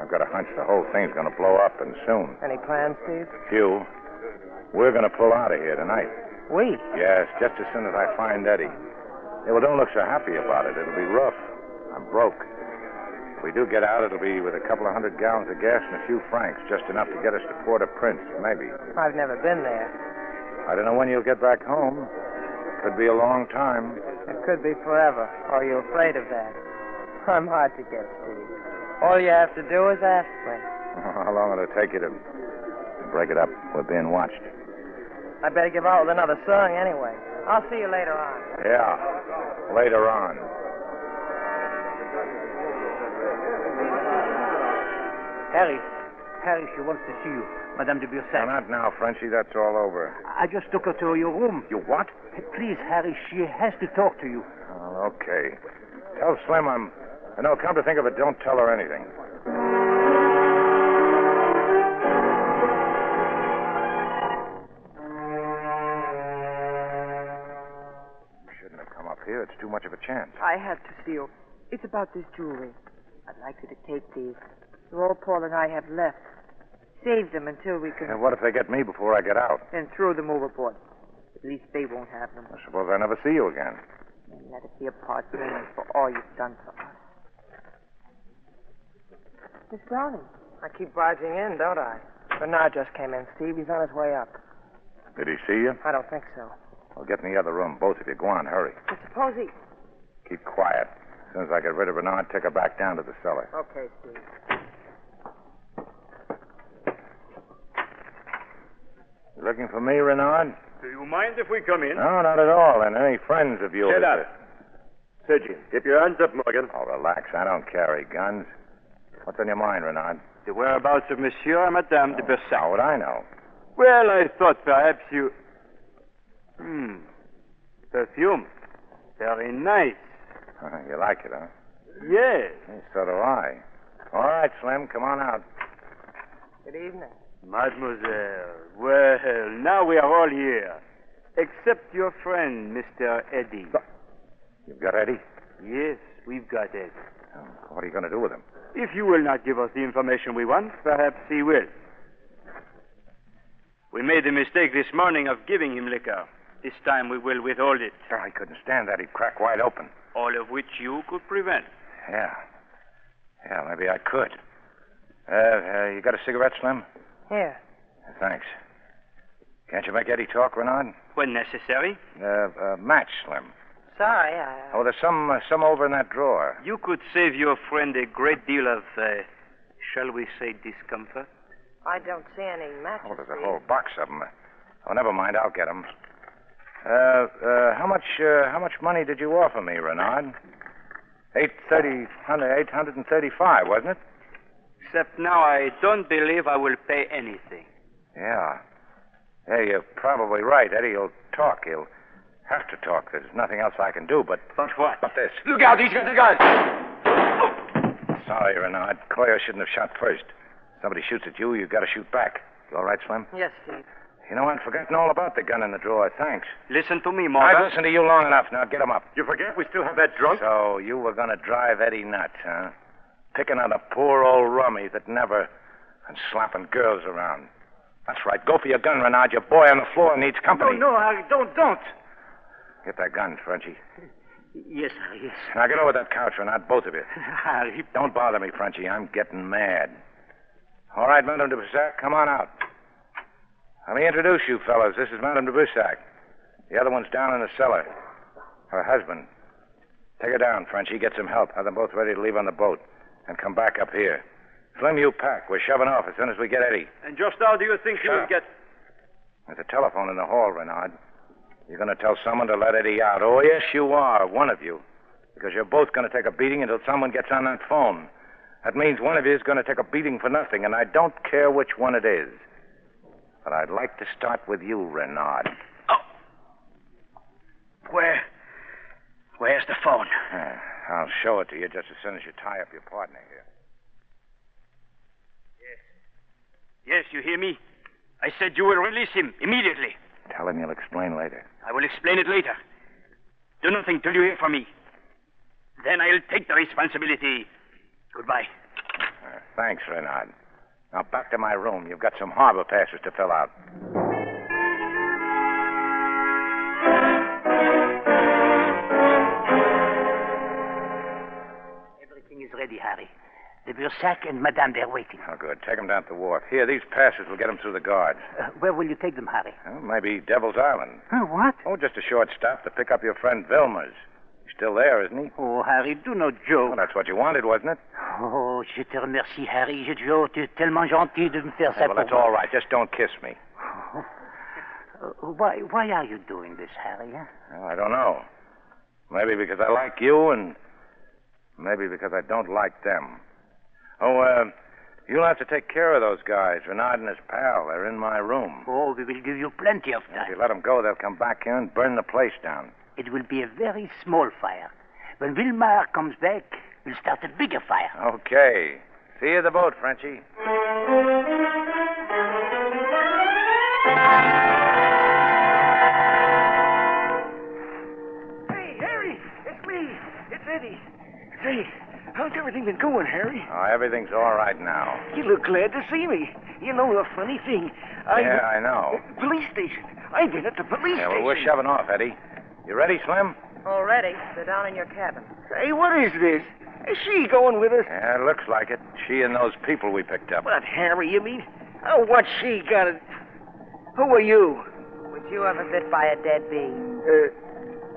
I've got a hunch the whole thing's going to blow up, and soon. Any plans, Steve? Hugh, we're going to pull out of here tonight. We? Yes, just as soon as I find Eddie. Yeah, well, don't look so happy about it. It'll be rough. I'm broke. If we do get out, it'll be with a couple of hundred gallons of gas and a few francs, just enough to get us to Port au Prince, maybe. I've never been there. I don't know when you'll get back home. Could be a long time. It could be forever. Are you afraid of that? I'm hard to get, Steve. All you have to do is ask me. How long will it take you to break it up? We're being watched. I better give out with another song anyway. I'll see you later on. Yeah, later on. Harry, Harry, she wants to see you. Madame de Bursac. No, not now, Frenchie. That's all over. I just took her to your room. You what? Please, Harry, she has to talk to you. Oh, okay. Tell Slim I'm. No, come to think of it, don't tell her anything. Shouldn't have come up here. It's too much of a chance. I have to see you. It's about this jewelry. I'd like you to take these. They're all Paul and I have left. Save them until we can. And what if they get me before I get out? Then throw them overboard. At least they won't have them. I suppose I never see you again. And let it be a part payment for all you've done for us. Miss Browning. I keep barging in, don't I? Bernard just came in, Steve. He's on his way up. Did he see you? I don't think so. Well, get in the other room, both of you. Go on, hurry. But suppose he. Keep quiet. As soon as I get rid of Bernard, take her back down to the cellar. Okay, Steve. Looking for me, Renard? Do you mind if we come in? No, not at all. And any friends of yours? Get out. Sergio, keep your hands up, Morgan. Oh, relax. I don't carry guns. What's on your mind, Renard? Oh, The whereabouts of Monsieur and Madame de Bersac. How would I know? Well, I thought perhaps you. Hmm. Perfume. Very nice. you like it, huh? Yes. So do I. All right, Slim, come on out. Good evening. Mademoiselle. Well, now we are all here. Except your friend, Mr. Eddie. You've got Eddie? Yes, we've got Eddie. What are you going to do with him? If you will not give us the information we want, perhaps he will. We made the mistake this morning of giving him liquor. This time we will withhold it. I couldn't stand that. He'd crack wide open. All of which you could prevent. Yeah. Yeah, maybe I could. Uh, uh, you got a cigarette, Slim? Here. Thanks. Can't you make Eddie talk, Renard? When necessary. Uh, uh, match, Slim. Sorry, I. Oh, there's some uh, some over in that drawer. You could save your friend a great deal of, uh, shall we say, discomfort. I don't see any matches. Oh, there's a whole box of them. Oh, never mind. I'll get them. Uh, uh, how much uh, how much money did you offer me, Renard? Eight thirty, hundred, eight hundred and thirty-five, wasn't it? Except now I don't believe I will pay anything. Yeah. Yeah, you're probably right. Eddie will talk. He'll have to talk. There's nothing else I can do but. But what? But this. Look out, he's got a gun! Sorry, Renard. Coyo shouldn't have shot first. Somebody shoots at you, you've got to shoot back. You all right, Slim? Yes, Steve. You know, I'd forgotten all about the gun in the drawer. Thanks. Listen to me, I've Morgan. listened to you long enough. Now get him up. You forget we still have that drunk? So you were going to drive Eddie nuts, huh? Picking on a poor old rummy that never. and slapping girls around. That's right. Go for your gun, Renard. Your boy on the floor needs company. No, no, Harry, don't, don't. Get that gun, Frenchie. Yes, Harry, yes. Now get over that couch, Renard, both of you. Harry. Don't bother me, Frenchie. I'm getting mad. All right, Madame de Boussac, come on out. Let me introduce you, fellows. This is Madame de Boussac. The other one's down in the cellar. Her husband. Take her down, Frenchie. Get some help. Have them both ready to leave on the boat. And come back up here. Slim, you pack. We're shoving off as soon as we get Eddie. And just now, do you think you Shut will up. get. There's a telephone in the hall, Renard. You're going to tell someone to let Eddie out. Oh, yes, you are, one of you. Because you're both going to take a beating until someone gets on that phone. That means one of you is going to take a beating for nothing, and I don't care which one it is. But I'd like to start with you, Renard. Where? Where's the phone? Ah, I'll show it to you just as soon as you tie up your partner here. Yes, you hear me? I said you will release him immediately. Tell him you'll explain later. I will explain it later. Do nothing till you hear from me. Then I'll take the responsibility. Goodbye. Uh, Thanks, Renard. Now back to my room. You've got some harbor passes to fill out. Everything is ready, Harry. The Bursac and Madame, they're waiting. Oh, good. Take 'em down to the wharf. Here, these passes will get 'em through the guards. Uh, where will you take them, Harry? Well, maybe Devil's Island. Huh, what? Oh, just a short stop to pick up your friend Vilmers. He's still there, isn't he? Oh, Harry, do no joke. Well, that's what you wanted, wasn't it? Oh, je te remercie, Harry. Je te oh, tu es tellement gentil de me faire ça well, pour it's moi. all right. Just don't kiss me. Uh, why, why are you doing this, Harry? Huh? Well, I don't know. Maybe because I like you, and maybe because I don't like them. Oh, uh, you'll have to take care of those guys, Renard and his pal. They're in my room. Oh, we will give you plenty of If time. you let them go, they'll come back here and burn the place down. It will be a very small fire. When Wilmar comes back, we'll start a bigger fire. Okay. See you at the boat, Frenchie. Hey, Harry, it's me. It's Eddie. Say, how's everything been going, Harry? Oh, everything's all right now. You look glad to see me. You know the funny thing. I yeah, I know. police station. I've been at the police Yeah, well, station. we're shoving off, Eddie. You ready, Slim? Already, they're down in your cabin. Hey, what is this? Is she going with us? Yeah, looks like it. She and those people we picked up. What, Harry, you mean? Oh, what she got it? Who are you? Was you ever bit by a dead bee? Uh,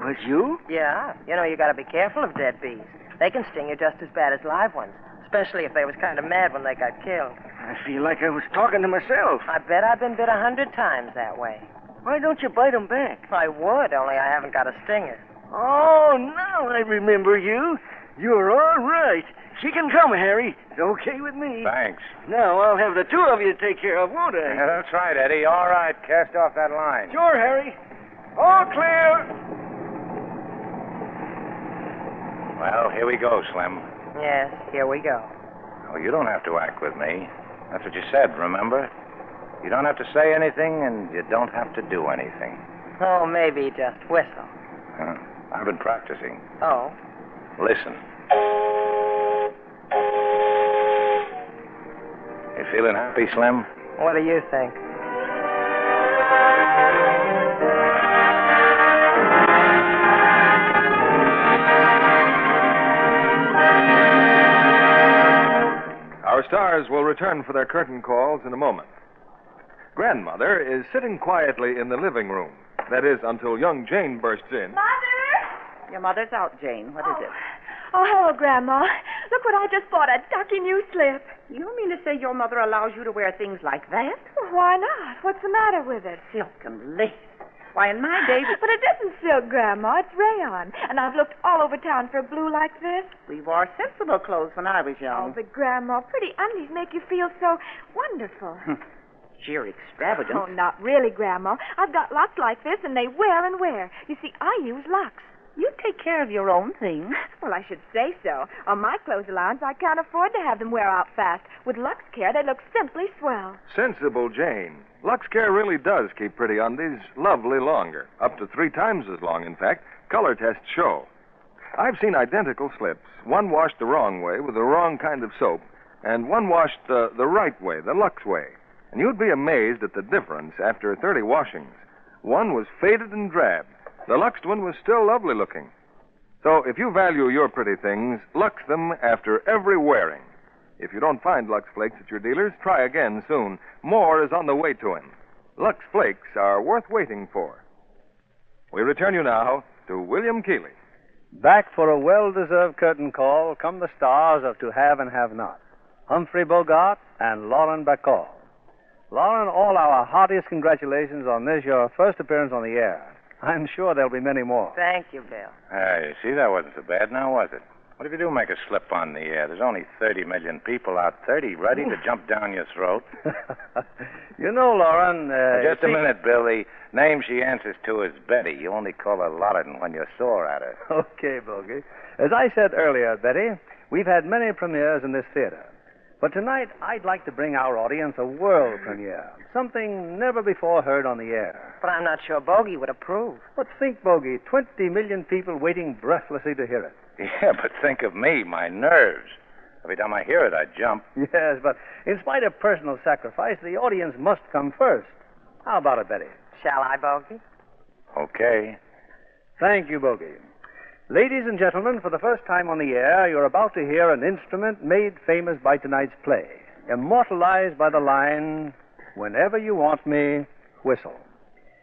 was you? Yeah. You know, you gotta be careful of dead bees. They can sting you just as bad as live ones, especially if they was kind of mad when they got killed. I feel like I was talking to myself. I bet I've been bit a hundred times that way. Why don't you bite 'em back? I would, only I haven't got a stinger. Oh, now I remember you. You're all right. She can come, Harry. It's okay with me. Thanks. Now I'll have the two of you to take care of, won't I? Yeah, that's right, Eddie. All right, cast off that line. uh, Sure, Harry. All clear. Well, here we go, Slim. Yes, here we go. Oh, you don't have to act with me. That's what you said, remember? You don't have to say anything, and you don't have to do anything. Oh, maybe just whistle. Huh. I've been practicing. Oh. Listen. You feeling happy, Slim? What do you think? Our stars will return for their curtain calls in a moment. Grandmother is sitting quietly in the living room. That is, until young Jane bursts in. Mother! Your mother's out, Jane. What is it? Oh, hello, Grandma. Look what I just bought a ducky new slip. You mean to say your mother allows you to wear things like that? Well, why not? What's the matter with it? Silk and lace. Why, in my day, But it isn't silk, Grandma. It's rayon. And I've looked all over town for a blue like this. we, we wore sensible clothes when I was Oh, young. but, Grandma, pretty undies make you feel so wonderful. Sheer extravagance. Oh, not really, Grandma. I've got lots like this, and they wear and wear. You see, I use Lux. You take care of your own things. Well, I should say so. On my clothes allowance, I can't afford to have them wear out fast. With Lux Care, they look simply swell. Sensible Jane. Lux Care really does keep pretty undies lovely longer. Up to three times as long, in fact. Color tests show. I've seen identical slips. One washed the wrong way with the wrong kind of soap, and one washed the, the right way, the Lux way. And you'd be amazed at the difference after 30 washings. One was faded and drab. The Luxed one was still lovely looking. So if you value your pretty things, Lux them after every wearing. If you don't find Lux Flakes at your dealer's, try again soon. More is on the way to him. Lux Flakes are worth waiting for. We return you now to William Keeley. Back for a well deserved curtain call come the stars of To Have and Have Not Humphrey Bogart and Lauren Bacall. Lauren, all our heartiest congratulations on this, your first appearance on the air. I'm sure there'll be many more. Thank you, Bill. Ah, you see, that wasn't so bad now, was it? What if you do make a slip on the air? There's only 30 million people out 30 ready to jump down your throat. You know, Lauren. Uh, Just a you see- minute, Bill. The name she answers to is Betty. You only call her Lauren when you're sore at her. Okay, Bogey. As I said earlier, Betty, we've had many premieres in this theater. But tonight, I'd like to bring our audience a world premiere, something never before heard on the air. But I'm not sure Bogey would approve. But think, Bogey, 20 million people waiting breathlessly to hear it. Yeah, but think of me, my nerves. Every time I hear it, I jump. Yes, but in spite of personal sacrifice, the audience must come first. How about it, Betty? Shall I, Bogey? Okay. Thank you, Bogey. Ladies and gentlemen, for the first time on the air, you're about to hear an instrument made famous by tonight's play, immortalized by the line, Whenever you want me, whistle.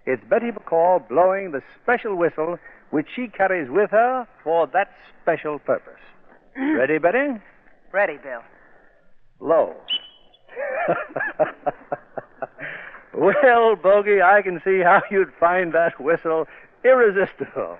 It's Betty Bacall blowing the special whistle which she carries with her for that special purpose. Ready, Betty? Ready, Bill. Low. Well, Bogey, I can see how you'd find that whistle irresistible.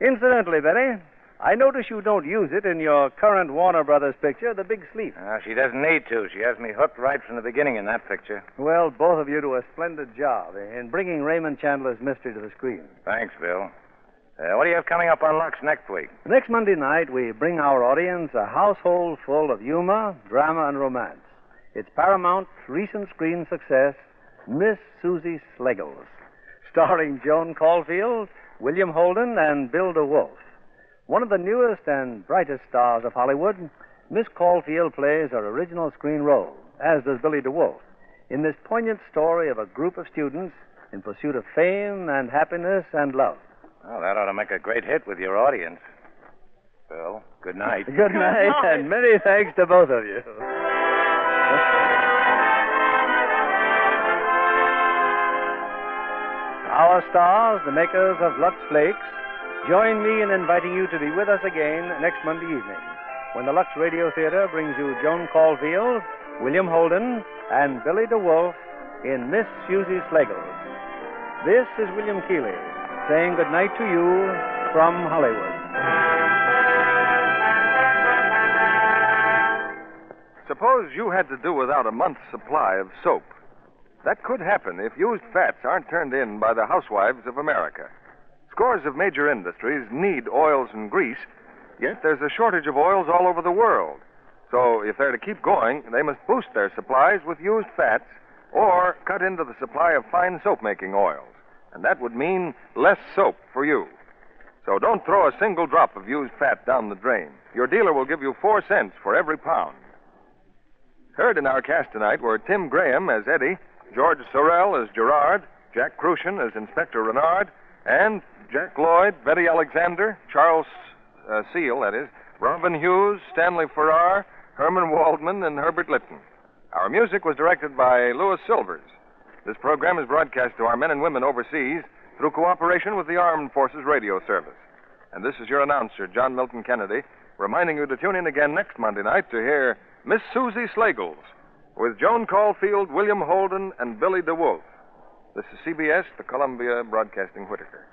Incidentally, Betty, I notice you don't use it in your current Warner Brothers picture, The Big Sleep. Uh, she doesn't need to. She has me hooked right from the beginning in that picture. Well, both of you do a splendid job in bringing Raymond Chandler's mystery to the screen. Thanks, Bill. Uh, what do you have coming up on Lux next week? Next Monday night, we bring our audience a household full of humor, drama, and romance. It's Paramount's recent screen success, Miss Susie Slegels, starring Joan Caulfield, William Holden, and Bill DeWolf. One of the newest and brightest stars of Hollywood, Miss Caulfield plays her original screen role, as does Billy DeWolf, in this poignant story of a group of students in pursuit of fame and happiness and love. Well, that ought to make a great hit with your audience. Bill, good night. Good night, and many thanks to both of you. Our stars, the makers of Lux Flakes, join me in inviting you to be with us again next Monday evening when the Lux Radio Theater brings you Joan Caulfield, William Holden, and Billy DeWolf in Miss Susie Schlegel. This is William Keeley saying good night to you from Hollywood. Suppose you had to do without a month's supply of soap. That could happen if used fats aren't turned in by the housewives of America. Scores of major industries need oils and grease, yet there's a shortage of oils all over the world. So if they're to keep going, they must boost their supplies with used fats or cut into the supply of fine soap making oils. And that would mean less soap for you. So don't throw a single drop of used fat down the drain. Your dealer will give you four cents for every pound. Heard in our cast tonight were Tim Graham as Eddie, George Sorrell as Gerard, Jack Crucian as Inspector Renard, and Jack Lloyd, Betty Alexander, Charles uh, Seal, that is, Robin Hughes, Stanley Farrar, Herman Waldman, and Herbert Litton. Our music was directed by Louis Silvers. This program is broadcast to our men and women overseas through cooperation with the Armed Forces Radio Service. And this is your announcer, John Milton Kennedy, reminding you to tune in again next Monday night to hear Miss Susie Slagles with Joan Caulfield, William Holden, and Billy DeWolf. This is CBS, the Columbia Broadcasting Whitaker.